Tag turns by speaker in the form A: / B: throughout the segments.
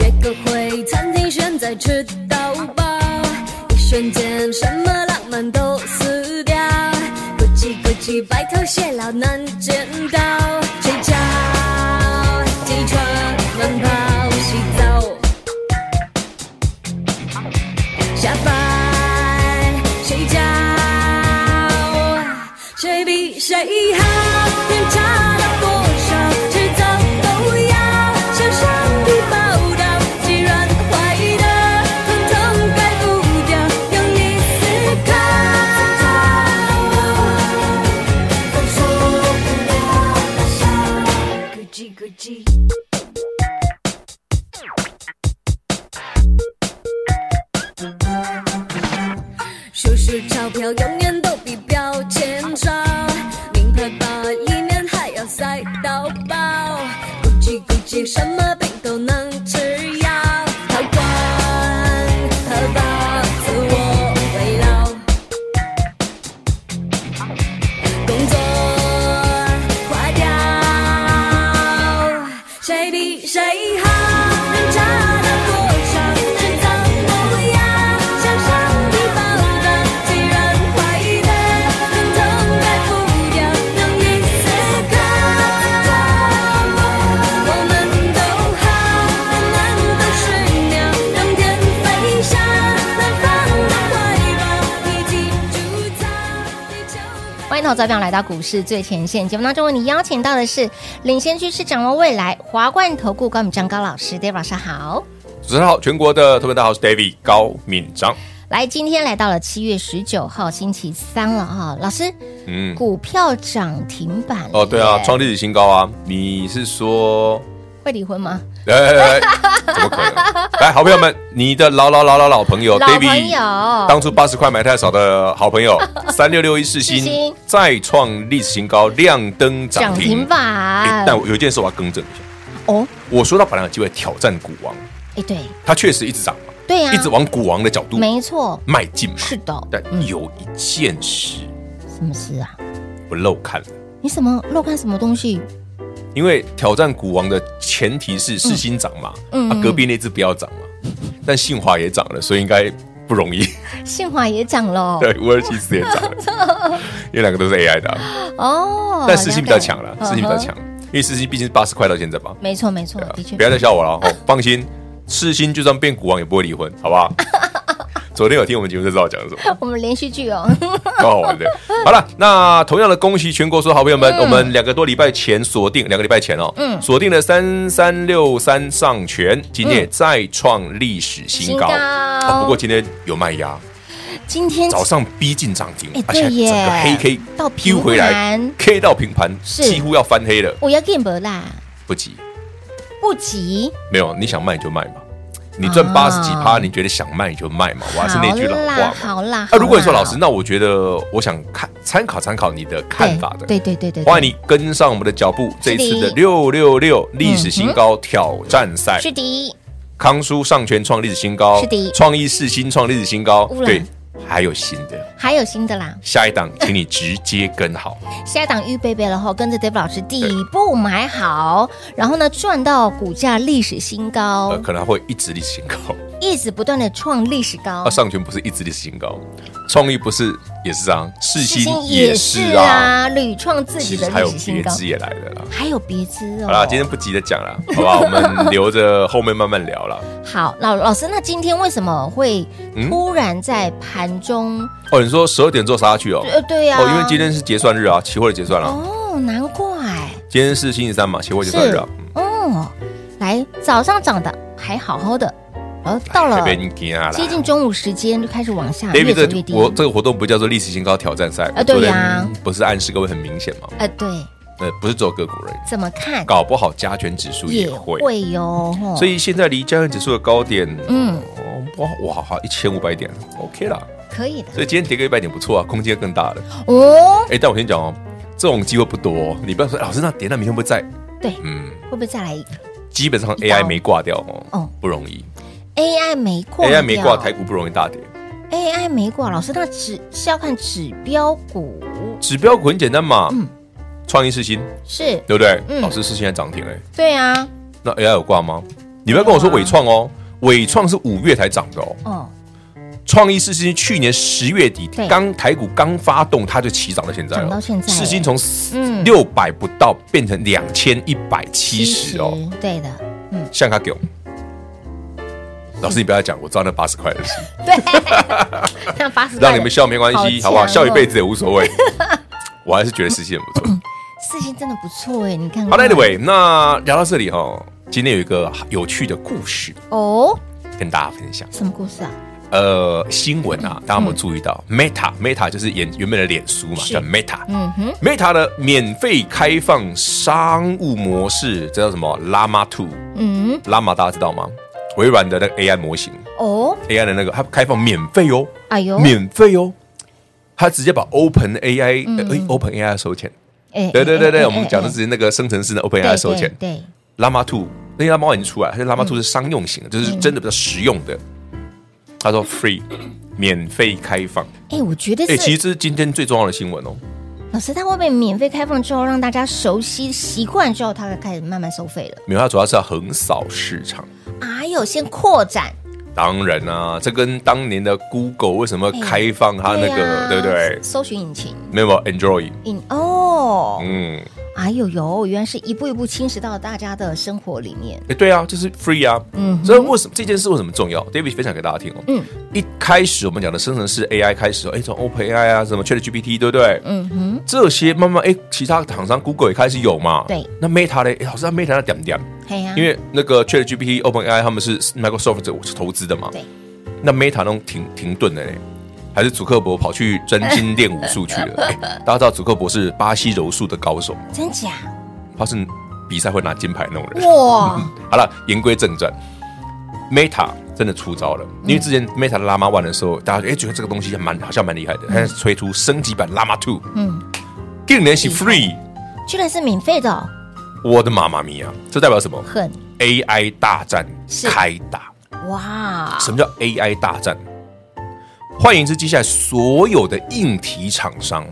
A: 约个会，餐厅选在吃到饱，一瞬间什么浪漫都死掉。咕叽咕叽，白头偕老难见到。睡觉、起床、慢跑、洗澡。下班睡觉，谁比谁好？天差了多少，迟早都要向上帝报道。既然坏的统统改不掉，用力思考。咕叽咕叽。数数钞票永远都比标签少，名牌包里面还要塞到爆，咕叽咕叽什么病都能吃药，淘光淘宝自我慰劳，工作垮掉，谁比谁好？能差到多少？迟早都要向上帝报道。既然坏的统统改不掉，能一思考，我们都好，我们都是鸟，让天飞翔，南方的怀抱，你记住它，地球。
B: 欢迎投资者朋友来到股市最前线节目当中，为你邀请到的是领先趋势、掌握未来华冠投顾高敏章高老师，David 老师好。
C: 主持人好，全国的特别大家好，我是 David 高敏章。
B: 来，今天来到了七月十九号星期三了哈、老师，
C: 嗯，
B: 股票涨停板了
C: 哦，对啊，
B: 耶
C: 创历史新高啊！你是说，
B: 会离婚吗？
C: 来来来，来怎么可能？来，好朋友们，你的老老老老老朋友
B: 老朋
C: 哦 David，
B: 友
C: 当初八十块买太少的好朋友，三六六一世
B: 世
C: 新
B: 新
C: 再创历史新高，亮灯涨
B: 涨
C: 停
B: 停。板
C: 诶但我有一件事我要更正一下，
B: 哦，
C: 我说到本来有机会挑战股王，
B: 哎，对
C: 它确实一直涨嘛，
B: 对呀、啊，
C: 一直往股王的角度
B: 没错，
C: 迈进嘛。
B: 是的，
C: 但有一件事
B: 什么事啊？
C: 我漏看了。
B: 你什么漏看什么东西？
C: 因为挑战股王的前提是世新涨嘛，
B: 嗯嗯
C: 啊，隔壁那只不要涨嘛，但信华也涨了，所以应该不容易。
B: 信华也涨了哦
C: 对，五二七四也涨了， 因为两个都是 AI 的啊、
B: 哦，
C: 但世新比较强
B: 了
C: 了
B: 解，
C: 世新比较，
B: 嗯
C: 强，因为世新毕竟是八十块到现在吧
B: 哼，没错没错
C: 对，啊
B: 的确
C: 不，要再笑我了哦，放心，世新就算变股王也不会离婚，好不好？ 昨天有听我们节目就知道我讲什么。
B: 我们连续剧哦，
C: 超好玩的。好了，那同样的恭喜全国所有好朋友们，我们两个多礼拜前锁定，两个礼拜前哦，
B: 嗯
C: 锁定了三三六三上权，今天也再创历史新高。
B: 新高
C: 哦不过今天有卖压，
B: 今天
C: 早上逼近涨停
B: 哎，
C: 而且
B: 对耶
C: 整个黑 K
B: 到平
C: 丢回来
B: 盘
C: ，K 到平盘，
B: 是
C: 几乎要翻黑了，
B: 我要 game 啦，
C: 不急，
B: 不急，
C: 没有，你想卖就卖嘛。你赚八十几趴，你觉得想卖你就卖嘛？我啊还是那句老
B: 啊好
C: 话
B: 啦
C: 嘛。
B: 好啦，
C: 啊，如果你说
B: 好啦
C: 老师，那我觉得我想看参考参考你的看法的，
B: 对对对对，对
C: 欢迎你跟上我们的脚步，这一次的六六六历史新高挑战赛，
B: 嗯是第一，
C: 康舒上全创历史新高
B: 是的，
C: 创意世新创历史新高
B: 乌，兰
C: 对，还有新的
B: 还有新的啦，
C: 下一档，请你直接跟好，
B: 下一档预备备了后，跟着 Dave 老师底部买好，然后呢赚到股价历史新
C: 呃
B: 高，，
C: 可能还会一直历史新高。
B: 一直不断的创历史高
C: 啊，，上全不是一直历史新高，创意不是也是啊，世
B: 世
C: 新
B: 新
C: 也是啊，，
B: 屡创自己
C: 其
B: 的
C: 实还
B: 历
C: 有
B: 史
C: 别
B: 新高，
C: 支也来了啦。
B: 还有别支哦。
C: 好啦，今天不急着讲了，好吧，我 们留着后面慢慢聊啦。
B: 好老老师，那今天为什么会
C: 嗯
B: 突然在盘中？
C: 哦，你说十二点做杀下去哦？
B: 呃，对呀、
C: 哦，因为今天是结算日啊，期货的结算了、
B: 哦，难怪
C: 今天是星期三嘛，期货结算日啊。嗯
B: 哦，来早上涨的还好好的，然后到了
C: 台北已经惊啊啦
B: 接近中午时间就开始往下，越 走
C: David 这
B: 越低
C: 个。我这个活动不叫做历史新高挑战赛
B: 啊对呀
C: 我昨天不是暗示各位很明显吗？
B: 呃，对，
C: 呃，不是只有个股而已，
B: 怎么看
C: 搞不好加权指数也
B: 也
C: 会。
B: 会哟。吼
C: 所以现在离加权指数的高点，
B: 嗯
C: 哦，哇哇，好一千五百点，OK 啦。
B: 可以的
C: 所以今天跌个一百点不错啊，空间更大了。
B: 哦。
C: 哎、但我先讲哦，这种机会不多、哦，你不要说老师那跌，那明天会不会在？
B: 对，
C: 嗯，
B: 会不会再来一个
C: 基本上
B: 一刀
C: AI 没挂掉哦，
B: 哦
C: 不容易
B: AI 没挂
C: ，AI 没挂，
B: 掉
C: 台股不容易大跌。
B: AI 没挂，老师，那指是要看指标股
C: 指标股很简单嘛
B: 嗯，
C: 创、意世新
B: 是？
C: 对不对？
B: 嗯
C: 老师世新在涨停哎、
B: 对啊，
C: 那 AI 有挂吗？你不要跟我说伟创哦，伟创是五月才涨的哦，
B: 哦，
C: 创意世新去年十月底
B: 对
C: 刚台股刚发动，它就起涨到现在了，
B: 涨到现在
C: 世新从
B: 嗯
C: 六百不到变成两千一百七十哦，
B: 70，对 的，
C: 像他给我。老师，你不要讲，我知道那八十 块的事，
B: 那八十，
C: 让你们笑没关系，好不好？
B: 强
C: 笑
B: 哦
C: 一辈子也无所谓。我还是觉得世新很不错。
B: 四星真的不错哎，你看看。
C: 好了，Anyway，那聊到这里哈、今天有一个有趣的故事
B: 哦，
C: 跟大家分享。
B: 什么故事啊？
C: 呃，新闻啊，大家有没有注意到、m e t a Meta 就是原原本的脸书嘛，
B: 是
C: 叫 Meta。
B: 嗯哼，
C: Meta 的免费开放商务模式，这叫什么？Llama Two。
B: 嗯，
C: Llama 大家知道吗？微软的那个 AI 模型
B: 哦，
C: ，AI 的那个它开放免费哦，
B: 哎呦，
C: 免费哦。它直接把 Open AI，哎、Open AI 收钱。
B: 哎
C: 对对对
B: 嗯
C: 对，
B: 哎哎
C: 我们讲的
B: 哎
C: 是那个生成式的 Open
B: 哎
C: AI 收钱。
B: 对对，对
C: Llama Two，那些 Llama 已经出来，它是
B: 嗯
C: Llama Two 是商用型的，就是真的比较实用的。他说 free 免费开放，
B: 哎，我觉得
C: 哎、其
B: 是
C: 实这是今天最重要的新闻哦。
B: 老师，它会不会免费开放之后，让大家熟悉习惯之后，它会开始慢慢收费了？
C: 没有，它主要是要横扫市场。
B: 哎呦，先扩展，
C: 当然啊，这跟当年的 Google 为什么开放它那个，
B: 啊
C: 对不对？
B: 搜寻引擎，
C: 没有 Enjoy，
B: 引哦，
C: 嗯，
B: 哎呦呦，原来是一步一步侵蚀到大家的生活里面。
C: 哎，对啊，就是 free 啊。
B: 嗯哼
C: 所以为什么这件事为什么重要？David 分享给大家听哦。
B: 嗯，
C: 一开始我们讲的生成式 AI 开始哦，哎，从 Open AI 啊，什么 Chat GPT，对不对？
B: 嗯哼，
C: 这些慢慢哎，其他厂商 Google 也开始有嘛。
B: 对。嗯
C: 那 Meta 嘞，哎老师，那 Meta 那点点，
B: 嘿呀、
C: 因为那个 Chat GPT、Open AI 他们是 Microsoft 投资的嘛。
B: 对。
C: 那 Meta 那种停停顿的嘞。还是祖克伯跑去真金练武术去 了、哎大家知道祖克伯是巴西柔术的高手，
B: 真假
C: 他是比赛会拿金牌那种人。
B: 哇，
C: 嗯好了，言归正传，Meta 真的出招了，因为之前 Meta 拉妈 One 的时候，大家哎、诶觉得这个东西还蛮好像蛮厉害的，它是推出升级版拉妈 Two，
B: 嗯，
C: 更联系 Free，
B: 居然是免费的、哦，
C: 我的妈妈咪呀！这代表什么
B: 很
C: ？AI 大战
B: 是
C: 开打。
B: 哇，
C: 什么叫 AI 大战？换言之，接下来所有的硬体厂商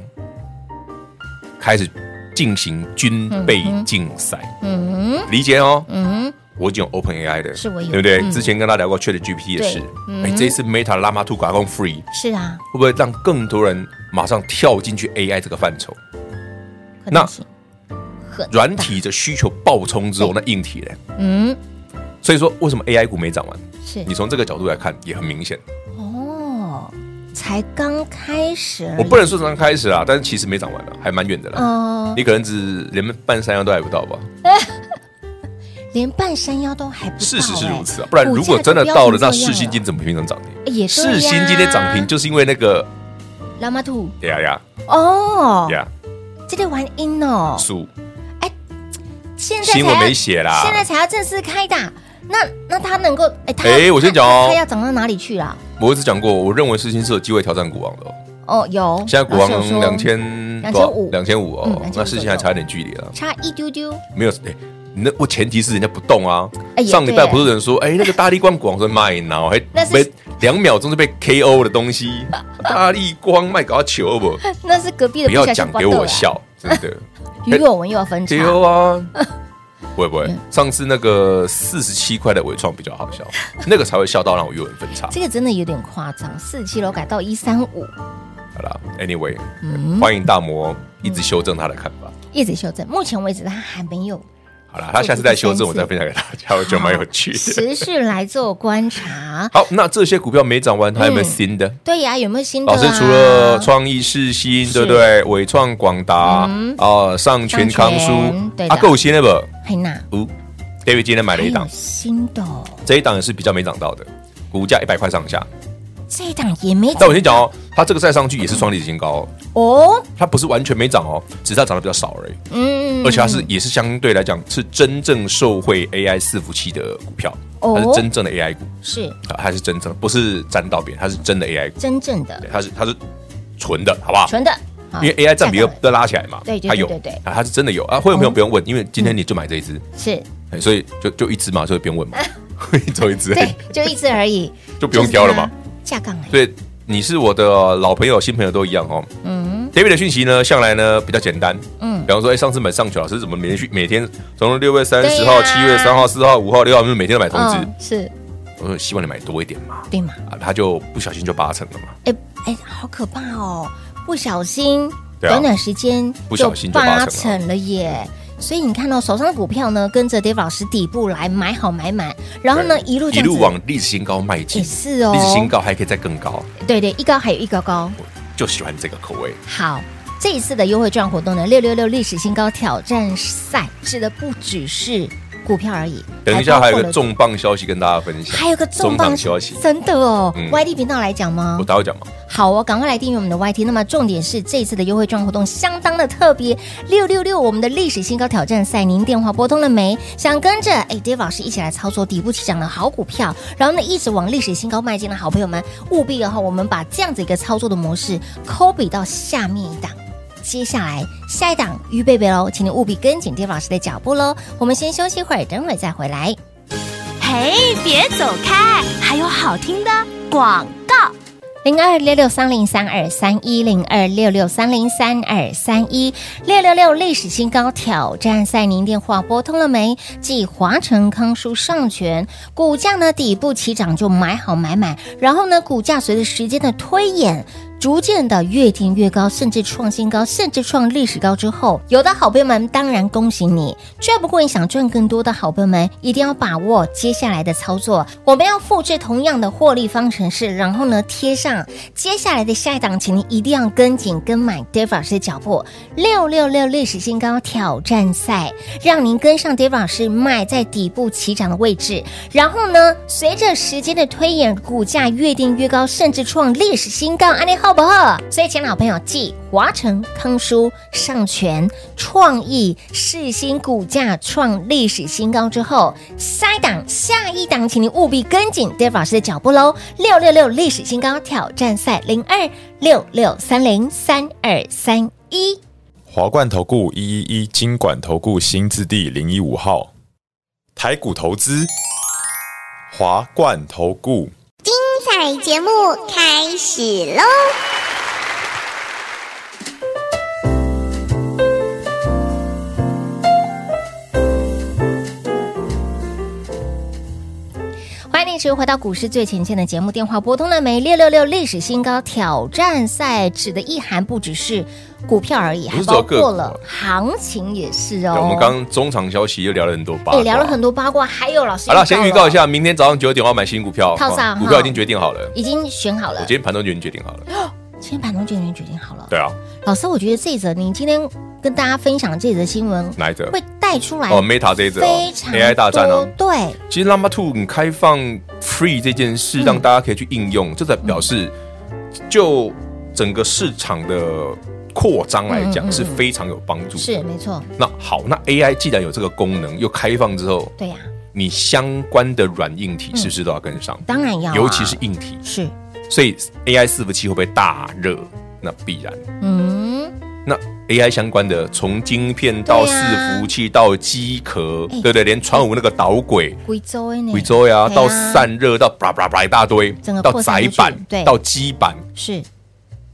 C: 开始进行军备竞赛，
B: 嗯
C: 理解哦？
B: 嗯，
C: 我已经有 Open AI 的，
B: 是我有
C: 对不对？
B: 嗯
C: 之前跟他聊过 Chat GPT 的事
B: 对，嗯
C: 哎，这一次 Meta 拉马兔搞用 Free，
B: 是啊，
C: 会不会让更多人马上跳进去 AI 这个范畴？
B: 可
C: 那
B: 能性很
C: 软体的需求爆冲之后，那硬体嘞？
B: 嗯
C: 所以说，为什么 AI 股没涨完？
B: 是
C: 你从这个角度来看，也很明显。
B: 哦，才刚开始而已，
C: 我不能说刚开始啦，但是其实没涨完啊了，还蛮远的啦。
B: 呃，
C: 你可能只连半山腰都还不到吧？
B: 连半山腰都还不到、
C: 事实是
B: 哎
C: 如此啊，不然
B: 股价
C: 如果
B: 就
C: 真的
B: 飙
C: 到
B: 成
C: 了，
B: 这
C: 那
B: 样
C: 世新
B: 了
C: 今天怎么平常涨停？
B: 也
C: 世新今天涨停，就是因为那个
B: 拉马兔
C: 呀呀
B: 哦，
C: 呀，
B: 这个玩阴哦，
C: 数
B: 现在才
C: 新闻
B: 要
C: 没写啦。
B: 现在才要正式开打。那那他能够哎，他
C: 哎我先讲哦
B: 他要涨到哪里去啊啦？
C: 我一直讲过，我认为世新是有机会挑战股王的、哦。
B: 哦，有，
C: 现在股王
B: 老师有说
C: 两千
B: 2500
C: 两千五哦
B: 嗯，2500
C: 那世新还差一点距离了。
B: 差一丢丢，
C: 没有，哎、那我前提是人家不动啊。
B: 哎也
C: 上礼
B: 对
C: 拜
B: 耶
C: 不是有人说，哎、那个大力光股王说卖脑，还
B: 那是
C: 被两秒钟就被 KO 的 东西，大力光卖搞球不？
B: 那是隔壁的
C: 不要
B: 小心
C: 讲
B: 刮
C: 给
B: 豆
C: 我
B: 啦，
C: 笑，真 的。
B: 鱼肉我们又要分叉，
C: 丢 啊！不会不
B: 嗯
C: 会，上次那个四十七块的伟创比较好 笑，那个才会笑到让我有人分叉。
B: 这个真的有点夸张，四七楼改到一三五，
C: 好啦 a n y w a y
B: 嗯
C: 欢迎大魔一直修正他的看法。
B: 一直修正，目前为止他还没有
C: 好啦，他下次再修正，
B: 做
C: 我
B: 出第三次
C: 再分享给大家，我觉得蛮有趣的。。
B: 持续来做观察
C: 好，那这些股票没涨完，还有
B: 嗯
C: 没有新的？
B: 对呀、有没有新的、啊？
C: 老师除了创意、世新，对不对？伟创、广达
B: 嗯
C: 啊，上全
B: 上
C: 康
B: 全对
C: 舒，
B: 的哎
C: 啊，够新了不？
B: 嘿娜，
C: 哦，David 今天买
B: 还
C: 了一档
B: 有，新的哦、
C: 这一档也是比较没涨到的，股价一百块上下，
B: 这一档也没
C: 但我先讲哦，它这个再上去也是创历史新高哦，
B: 哦，
C: 它不是完全没涨哦，只是它涨得比较少而已，
B: 嗯
C: 而且它是也是相对来讲是真正受惠 AI 伺服器的股票，
B: 哦
C: 它是真正的 AI 股，
B: 是
C: 啊它是真正不是沾到边，它是真的 AI 股，
B: 真正
C: 对
B: 的
C: 它是它是纯的，好不好？
B: 纯的，好
C: 因为 AI 占比
B: 价
C: 又
B: 格
C: 都拉起来嘛，
B: 对对
C: 它有
B: 对对对
C: 啊，它是真的有啊，会有朋友
B: 哦
C: 不用问，因为今天你就买这一只，
B: 是
C: 哎所以就就一只嘛，所以不用问嘛，就 一只，
B: 啊 对，就一只而已，
C: 就不用挑了嘛。
B: 就是它？下杠哎，
C: 所以你是我的老朋友、新朋友都一样哦。
B: 嗯
C: David 的讯息呢，向来呢比较简单，
B: 嗯
C: 比方说，哎，上次买上去老师怎么连续每天从六月三
B: 对
C: 十
B: 呀
C: 号、七月三号、四号、五号、六号，我们每天都买通知，
B: 嗯，是
C: 我说希望你买多一点嘛，
B: 对嘛？
C: 啊，他就不小心就八成了嘛，
B: 哎哎，好可怕哦！不小心，
C: 对啊
B: 短短时间
C: 不小心就
B: 八
C: 八成了
B: 成了耶。所以你看到、手上的股票呢，跟着 Dave 老师底部来买好买满，然后呢
C: 对
B: 一路这
C: 一
B: 样子
C: 路往历史新高迈进，
B: 也是哦
C: 历史新高还可以再更高，
B: 对对一高还有一高高。
C: 我就喜欢这个口味。
B: 好，这一次的优惠券活动呢，六六六历史新高挑战赛指的不只是股票而已，
C: 等一下还
B: 包
C: 有
B: 括
C: 个
B: 了，
C: 重磅消息跟大家分享，
B: 还有个重磅
C: 中场消息，
B: 真的哦、
C: 嗯
B: y d 频道来讲吗
C: 我？待会讲嘛。
B: 好哦，赶快来订阅我们的 YT。那么重点是这一次的优惠券活动相当的特别，六六六我们的历史新高挑战赛，您电话拨通了没？想跟着哎 Dave 老师一起来操作底部起涨的好股票，然后呢一直往历史新高迈进的好朋友们，务必的话，我们把这样子一个操作的模式 copy 到下面一档。接下来下一档预备备喽，请您务必跟紧 Dave 老师的脚步喽。我们先休息一会儿，等会儿再回来。
A: 嘿，别走开，还有好听的广告。
B: 零二六六三零三二三一零二六六三零三二三一六六六历史新高挑战赛，您电话拨通了没？继华城康舒上权，股价呢底部起涨就买好买满，然后呢股价随着时间的推演。逐渐的越定越高，甚至创新高，甚至创历史高之后，有的好朋友们当然恭喜你。赚不过你想赚更多的好朋友们，一定要把握接下来的操作。我们要复制同样的获利方程式，然后呢贴上接下来的下一档，请您一定要跟紧跟满 Dave 老师的脚步。六六六历史新高挑战赛，让您跟上 Dave 老师卖在底部起涨的位置，然后呢，随着时间的推演，股价越定越高，甚至创历史新高，安利好不好？所以，请老朋友记华城、康舒、上泉、创意、世新股价创历史新高之后，下一档、下一档，请您务必跟紧 Dave 老师的脚步喽！六六六历史新高挑战赛零二六六三零三二三一。
D: 华冠投顾一一一金管投顾新字第零一五号，台股投资，华冠投顾。
E: 彩节目开始喽！
B: 欢迎持续回到股市最前线的节目，电话拨通了没？六六六历史新高挑战赛指的意涵不只是股票而已，
C: 不
B: 还
C: 是只有
B: 包
C: 个股
B: 括
C: 啊
B: 了行情也是哦。
C: 我们刚刚中场消息又聊了很多八卦，
B: 也哎聊了很多八卦，还有老师
C: 好了，先预告一，下，明天早上九点我要买新股票，
B: 套上
C: 哦
B: 哈
C: 股票已经决定好了，
B: 已经选好
C: 我
B: 了
C: 今。天盘中就已经决定好了。
B: 今天盘中就已经决定好了。
C: 对啊，
B: 老师，我觉得这一则你今天跟大家分享这则新闻，
C: 哪一则？
B: 会带出来
C: 哦，Meta 这一则
B: 非常
C: AI 大战
B: 多
C: 哦。
B: 对，
C: 其实 Llama Two 你开放 Free 这件事，
B: 嗯
C: 让大家可以去应用，这才表示就整个市场的扩张来
B: 嗯嗯嗯
C: 讲
B: 嗯
C: 是非常有帮助。
B: 是。没错，
C: 那好，那 AI 既然有这个功能，又开放之后，
B: 对呀、
C: 你相关的软硬体是不是都要跟上？
B: 当然要啊、
C: 尤其是硬体，
B: 是，
C: 所以 AI 伺服器会不会大热？那必然。
B: 嗯，
C: 那 AI 相关的，从晶片到
B: 对啊
C: 伺服器到机壳，
B: 哎
C: 对不对？连川武那个导轨、
B: 贵州哎呢，
C: 贵州呀，
B: 对啊
C: 到散热到叭叭叭一大堆
B: 整个，
C: 到
B: 扩散
C: 窄
B: 出去
C: 板
B: 对，
C: 到基板，
B: 是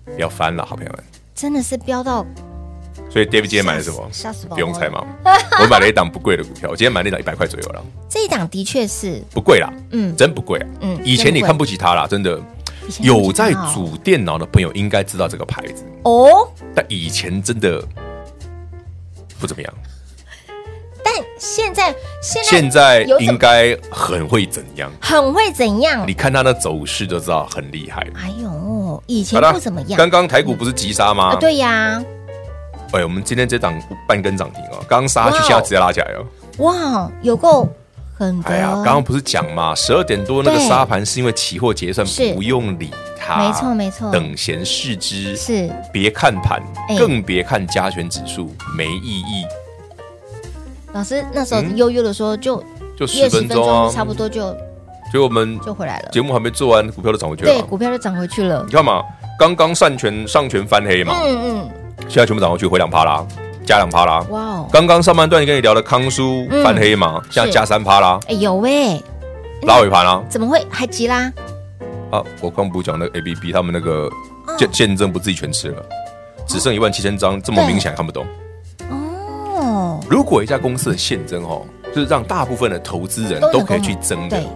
C: 不要翻了，好朋友们。
B: 真的是飙到
C: 所以 David 今天买了什么？
B: 吓死宝宝了
C: 不用猜嘛，我买了一档不贵的股票，我今天买了一档一百块左右了，
B: 这一档的确是，
C: 不贵啦，
B: 嗯，
C: 真不贵啊。
B: 嗯
C: 以前你看不起它啦，真的。
B: 以前不
C: 有
B: 知道
C: 在组电脑的朋友应该知道这个牌子，
B: 哦，
C: 但以前真的不怎么样。
B: 但现在现在
C: 现在
B: 有怎
C: 应
B: 么
C: 该很会怎样？
B: 很会怎样
C: 你？看它的走势就知道很厉害。
B: 哎呦，以前
C: 好了
B: 不怎么样
C: 刚刚台股不是急杀吗
B: 啊，？对呀，
C: 哎，我们今天这档半根涨停哦，刚刚杀
B: 哇
C: 下
B: 哦
C: 去，现在直接拉起来哦。哎
B: 哇，有够狠的，
C: 哎呀，刚刚不是讲嘛，十二点多那个
B: 对
C: 杀盘是因为期货结算
B: 是
C: 不用理它，
B: 没错没错
C: 等闲视之，
B: 是
C: 别看盘
B: 哎，
C: 更别看加权指数，没意义。
B: 老师那时候
C: 嗯
B: 悠悠的说，就约
C: 就十
B: 十
C: 分
B: 分
C: 钟
B: 钟
C: 啊，
B: 差不多就
C: 结果我们
B: 就回来了。
C: 节目还没做完，股票都涨回去了
B: 对，
C: 啊。
B: 股票就涨回去了
C: 你。看嘛，刚刚上权上权翻黑嘛，
B: 嗯嗯，
C: 现在全部涨回去，回两趴啦，加两趴啦。
B: 哇哦，
C: 刚刚上半段跟你聊的康叔
B: 嗯
C: 翻黑嘛，现在加三趴啦，
B: 哎有喂，嗯
C: 拉尾盘啦。
B: 怎么会还急啦？
C: 啊，我刚不讲那个 A B B 他们那个
B: 哦
C: 见见证不自己全吃了，只剩一万七千张，这么
B: 嗯对
C: 明显还看不懂。
B: 哦，
C: 如果一家公司的现增哦，就是让大部分的投资人
B: 能够
C: 都可以去争的
B: 对，，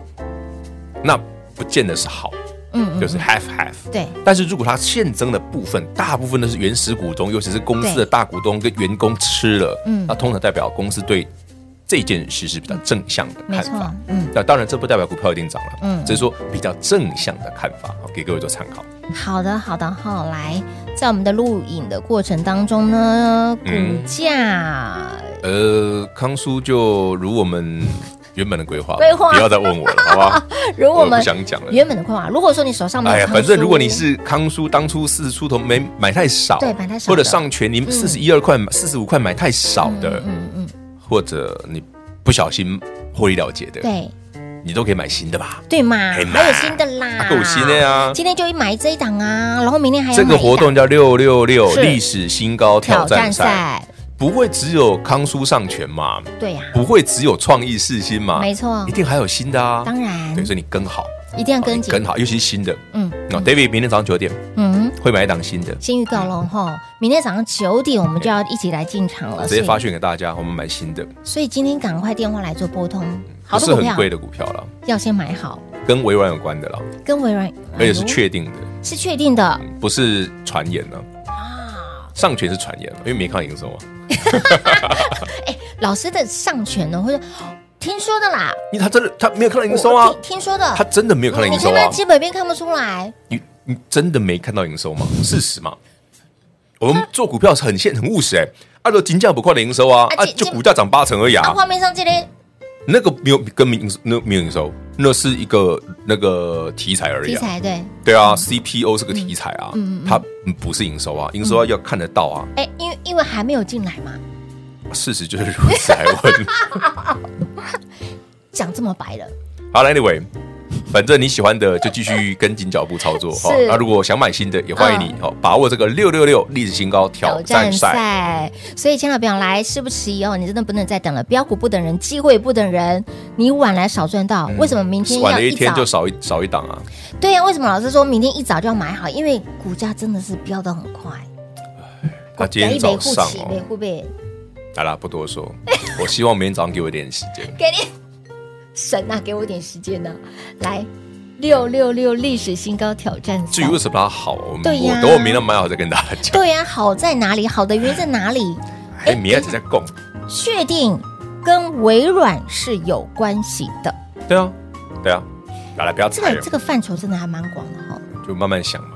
C: 那不见得是好，
B: 嗯
C: 就
B: 嗯，
C: 是 half half。
B: 对，
C: 但是如果它现增的部分，大部分都是原始股东，尤其是公司的大股东跟员工吃了，
B: 嗯
C: 那通常代表公司对这件事是比较正向的
B: 没
C: 看
B: 错
C: 法。，
B: 嗯，
C: 那当然，这不代表股票一定涨了，
B: 嗯
C: 只是说比较正向的看法，好给各位做参考。
B: 好的好的，好来，在我们的录影的过程当中呢，
C: 嗯
B: 股价
C: 呃，康叔就如我们原本的规划吧，
B: 规划
C: 不要再问我了，好不好？
B: 如果我
C: 我
B: 们
C: 不想讲了
B: 原本的规划，如果说你手上没有
C: 哎呀，
B: 仓
C: 反正
B: 储
C: 如果你是康叔，当初四十出头没买太少，
B: 对买太少的
C: 或者上权你四十一二块、四十五块买太少的，
B: 嗯嗯，
C: 或者你不小心获利了结的，
B: 对
C: 你都可以买新的吧？
B: 对嘛，
C: 哎妈
B: 还有新的啦，
C: 啊够新的啊！
B: 今天就买这一档啊，然后明天还要
C: 这个
B: 买一
C: 活动
B: 档
C: 叫六六六
B: 是
C: 历史新高挑
B: 挑
C: 战
B: 战
C: 赛，
B: 赛，
C: 不会只有康叔上权嘛？
B: 对呀，
C: 不会只有创意世新嘛？
B: 没错
C: 啊一定还有新的啊！
B: 当然
C: 对，所以你跟好，
B: 一定要跟
C: 你
B: 紧，
C: 跟好，尤其是新的。
B: 嗯
C: 那 David 明天早上九点
B: 嗯。
C: 会买一档新的，
B: 先预告了哈，明天早上九点我们就要一起来进场了，
C: 直接
B: 所
C: 发
B: 以
C: 讯给大家，我们买新的，
B: 所以今天赶快电话来做拨通，好的
C: 不是
B: 股
C: 很
B: 票
C: 贵的股票了，
B: 要先买好，
C: 跟微软有关的了，
B: 跟微软，
C: 而且是
B: 哎呦
C: 确定的，
B: 是确定的，
C: 不是传言呢。
B: 啊
C: 上权是传言，因为没看营收啊。
B: 老师的上权呢，或者听说的啦，
C: 因为他真的他没有看到营
B: 我
C: 收啊
B: 听，听说的，
C: 他真的没有看到营
B: 你
C: 收
B: 看他
C: 啊，
B: 基本面看不出来，
C: 你你真的没看到营收吗？事实嘛，我们做股票是很现很务实哎、按照金价不快的营收啊，
B: 啊
C: 啊
B: 金
C: 就股价涨八成而已
B: 啊，
C: 啊，
B: 画面上这里
C: 那个没有跟营那没有营收，那是一个那个题材而已
B: 题
C: 啊，
B: 材嗯对，
C: 对啊，CPO 是个题材啊，它不是营收啊，营收啊要看得到啊，
B: 哎，因为因为还没有进来嘛，
C: 事实就是如此，还问。
B: 讲这么白了，
C: 好了，Anyway，反正你喜欢的就继续跟紧脚步操作哈
B: 是。嗯
C: 那如果想买新的，也欢迎你哦，把握这个六六六历史新高挑战赛。
B: 赛，所以千万不要来，事不迟疑哦，你真的不能再等了，标股不等人，机会不等人，你晚来少赚到，为什么明天
C: 嗯晚
B: 要
C: 了一
B: 一
C: 天
B: 早
C: 就？少一少一档啊，
B: 对呀、为什么老师说明天一早就要买好？因为股价真的是飙得很快，
C: 那今天早上
B: 维
C: 哦，
B: 护被
C: 好啦，不多说，我希望明天早上给我一点时间。
B: 给你神啊，给我点时间呢、来六六六历史新高挑战
C: 至
B: 赛
C: 于。为什么它好，我们
B: 对呀
C: 我等我明天买好再跟大家 讲。
B: 对呀、啊好在哪里？好的原因在哪里？
C: 哎，明天再供，
B: 确定跟微软是有关系的。
C: 对啊，对啊，来来，不要
B: 这
C: 猜
B: 个
C: 了
B: 这，个范畴真的还蛮广的哈、
C: 就慢慢想嘛，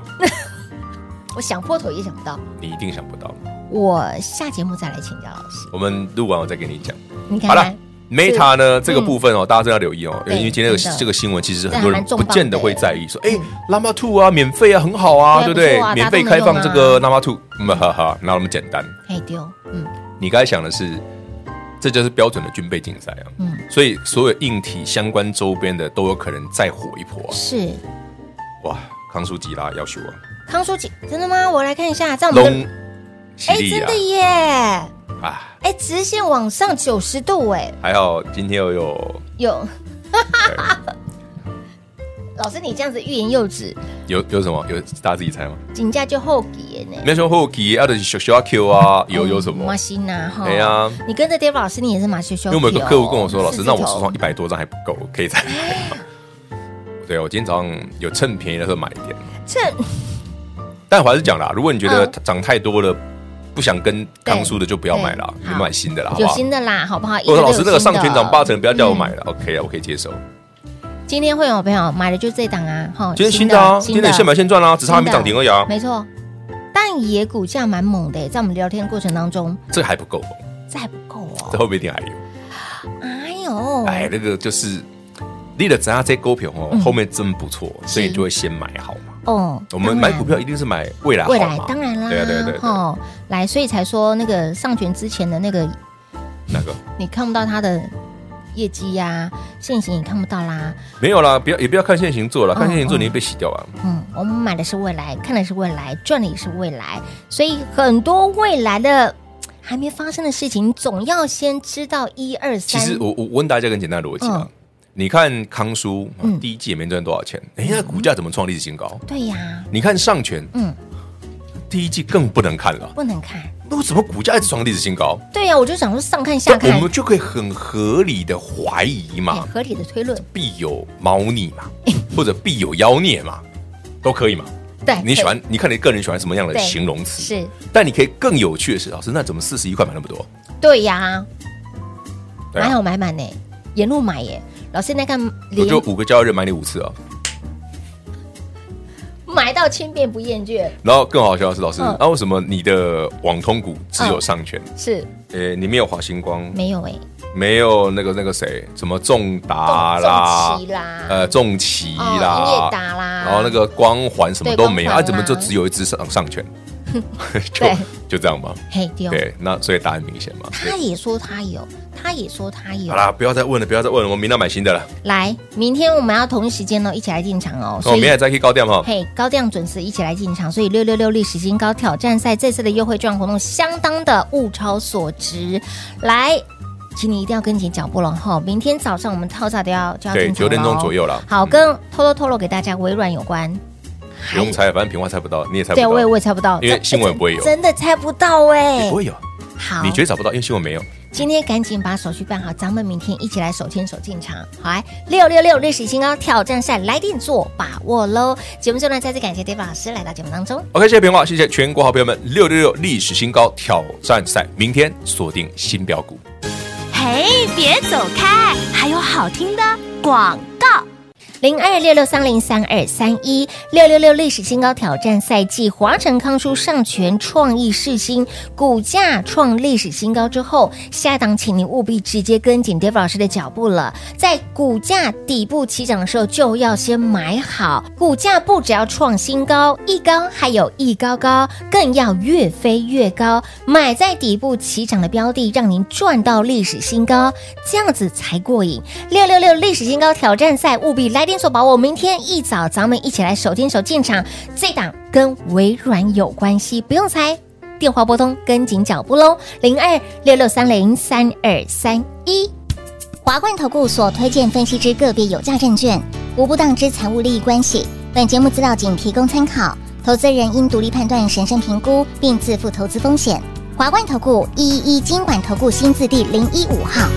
B: 我想破头也想不到。
C: 你一定想不到。
B: 我下节目再来请教老师，
C: 我们录完我再跟你讲。
B: 你看
C: 好了
B: 看。
C: Meta 呢，这个
B: 嗯
C: 部分哦，大家真的要留意哦，因
B: 对
C: 为今天这
B: 真的
C: 个这个新闻，其实
B: 这
C: 很多
B: 还
C: 人
B: 蛮重
C: 不见得
B: 磅的
C: 会在意，说哎
B: 嗯
C: ，Llama Two 啊，免费啊，很好
B: 对
C: 啊，
B: 啊
C: 对不对
B: 不错啊？
C: 免费
B: 大家
C: 开
B: 都能
C: 放
B: 用啊
C: 这个 Llama Two，嗯哈哈，哪有那么简单？
B: 嘿丢，嗯，
C: 你该想的是，这就是标准的军备竞赛啊，
B: 嗯
C: 所以所有硬体相关周边的都有可能再火一波啊，
B: 是
C: 哇，康舒吉拉要修啊，
B: 康书记，真的吗？我来看一下，在我们的
C: 龙犀
B: 哎，
C: 利
B: 真
C: 啊
B: 的，耶！哎，
C: 啊，
B: 直线往上九十度，哎，
C: 还好今天又有
B: 有
C: 对
B: 老师你这样子欲言又止，
C: 有有什么？有大家自己猜吗？
B: 紧价就后底耶呢。哦
C: 没什么后期，啊，就是小小 Q 啊，有有什
B: 嗯
C: 么？
B: 马西娜哈，
C: 对啊
B: 你跟着 Dave 老师，你也是马修修。
C: 因为我们有个客户跟我说，老
B: 哦
C: 师，
B: 四字
C: 那
B: 头嗯
C: 我手上一百多张还不够，可以再买吗。 对，我今天早上有趁便宜的时候买一点，
B: 趁
C: 但我还是讲啦，如果你觉得
B: 嗯
C: 涨太多了，不想跟康叔的就不要买了，
B: 对
C: 你
B: 好
C: 买新的啦，好不
B: 有
C: 好？
B: 新的啦，好不好？
C: 我说老
B: 一
C: 师，
B: 直
C: 那
B: 都
C: 个
B: 有
C: 上
B: 新的嗯哦
C: 权涨八成，不要叫我买了，OK 啊，我可以接受。
B: 今天会有朋友买的就这档啊，哈，
C: 今天新的啊，今天你现买现赚啦，只差还没
B: 新的
C: 涨停而已啊，
B: 没错。但也股价蛮猛的耶，在我们聊天过程当中，
C: 这个还不够哦，
B: 这还不够
C: 这
B: 哦。
C: 后面一定还有。
B: 哎呦，
C: 哎，那个就是你的只要这股票
B: 嗯
C: 哦，后面真不错，所以你就会先买好嘛。
B: 哦，
C: 我们
B: 当
C: 买
B: 然
C: 股票一定是买未来好嘛，
B: 未来当然啦，
C: 对啊对啊对啊对啊，
B: 哦，来，所以才说那个上权之前的那个，
C: 那个
B: 你看不到他的业绩呀、现行也看不到啦。
C: 没有啦，不要也不要看现行做了，看
B: 嗯
C: 现行做
B: 嗯
C: 你会被洗掉啊。
B: 嗯，我们买的是未来，看的是未来，赚的也是未来，所以很多未来的嘖还没发生的事情，总要先知道一二
C: 其
B: 三。
C: 实我我问大家一个很简单的逻辑啊
B: 嗯，
C: 你看康叔啊
B: 嗯
C: 第一季也没赚多少钱，哎，那股价怎么创历史新高？
B: 对呀，
C: 你看上权
B: 嗯，
C: 第一季更不能看了，
B: 不能看。
C: 那为什么股价一直创历史新高？
B: 对呀，我就想说上看下
C: 我
B: 看，
C: 们就可以很合理的怀疑
B: 哎
C: 嘛，
B: 合理的推论，
C: 必有猫腻嘛，或者必有妖孽嘛，都可以嘛。
B: 哎对，
C: 你喜欢
B: 可，
C: 你看你个人喜欢什么样的
B: 对
C: 形容
B: 以
C: 词？
B: 是，
C: 但你可以更有趣的是，老师，那怎么四十一块买那么多？
B: 对呀，
C: 对
B: 还
C: 啊，
B: 好买满呢，沿路买耶。老师那看
C: 我
B: 连
C: 就五个交易日买你五次啊。
B: 买到千遍不厌倦，
C: 然后更好笑的是，老师，
B: 嗯
C: 那为什么你的网通股只有上权？
B: 是
C: 呃，你没有华星光，
B: 没有哎，
C: 没有那个那个谁，什么重达啊啦
B: 重重旗啦，
C: 呃，重旗
B: 哦英
C: 啦
B: 业，达啦
C: 然后那个光环什么
B: 对
C: 都没有，
B: 光环
C: 啊，
B: 啦
C: 怎么就只有一只上 上权？就
B: 对
C: 就这样吧。
B: 嘿丢，
C: 对，那所以答案明显嘛。对
B: 他也说他有，他也说他有
C: 好。啦，不要再问了，不要再问了，我们明天买新的了。
B: 来，明天我们要同一时间哦，一起来进场哦。
C: 我明天再去高调哈。
B: 嘿，高调准时一起来进场，所以六六六历史新高挑战赛这次的优惠券活动相当的物超所值，来，请你一定要跟紧脚步了哈。明天早上我们套炸都要就要进
C: 对，
B: 场
C: 九点钟左
B: 右。
C: 右了。
B: 好，跟偷偷透露给大家微软有关，
C: 不用猜，反正平花猜不到，你也猜不
B: 对，
C: 到，
B: 我也我也猜不到，
C: 因为
B: 真
C: 新闻不会有
B: 真的猜不到哎、
C: 也不会有，
B: 好，
C: 你绝对找不到，因为新闻没有。
B: 今天赶紧把手续办好，咱们明天一起来手牵手进场，好来六六六历史新高挑战赛来电做把握喽！节目最后呢，再次感谢 David 老师来到节目当中。
C: OK，谢谢平花，谢谢全国好朋友们，六六六历史新高挑战赛，明天锁定新标股。
A: 嘿，别走开，还有好听的广告。
B: 零二六六三零三二三一六六六历史新高挑战赛季，华晨康舒上全创意世新股价创历史新高之后，下一档请您务必直接跟紧 Dave 老师的脚步了。在股价底部起涨的时候，就要先买好。股价不只要创新高，一高还有一高高，更要越飞越高。买在底部起涨的标的，让您赚到历史新高，这样子才过瘾。六六六历史新高挑战赛，务必来电索把握。明天一早，咱们一起来手牵手进场。这档跟微软有关系，不用猜。电话拨通，跟紧脚步喽，零二六六三零三二三一。
E: 华冠投顾所推荐分析之个别有价证券，无不当之财务利益关系。本节目资料仅提供参考，投资人应独立判断、审慎评估，并自负投资风险。华冠投顾一一一金管投顾新字第零一五号。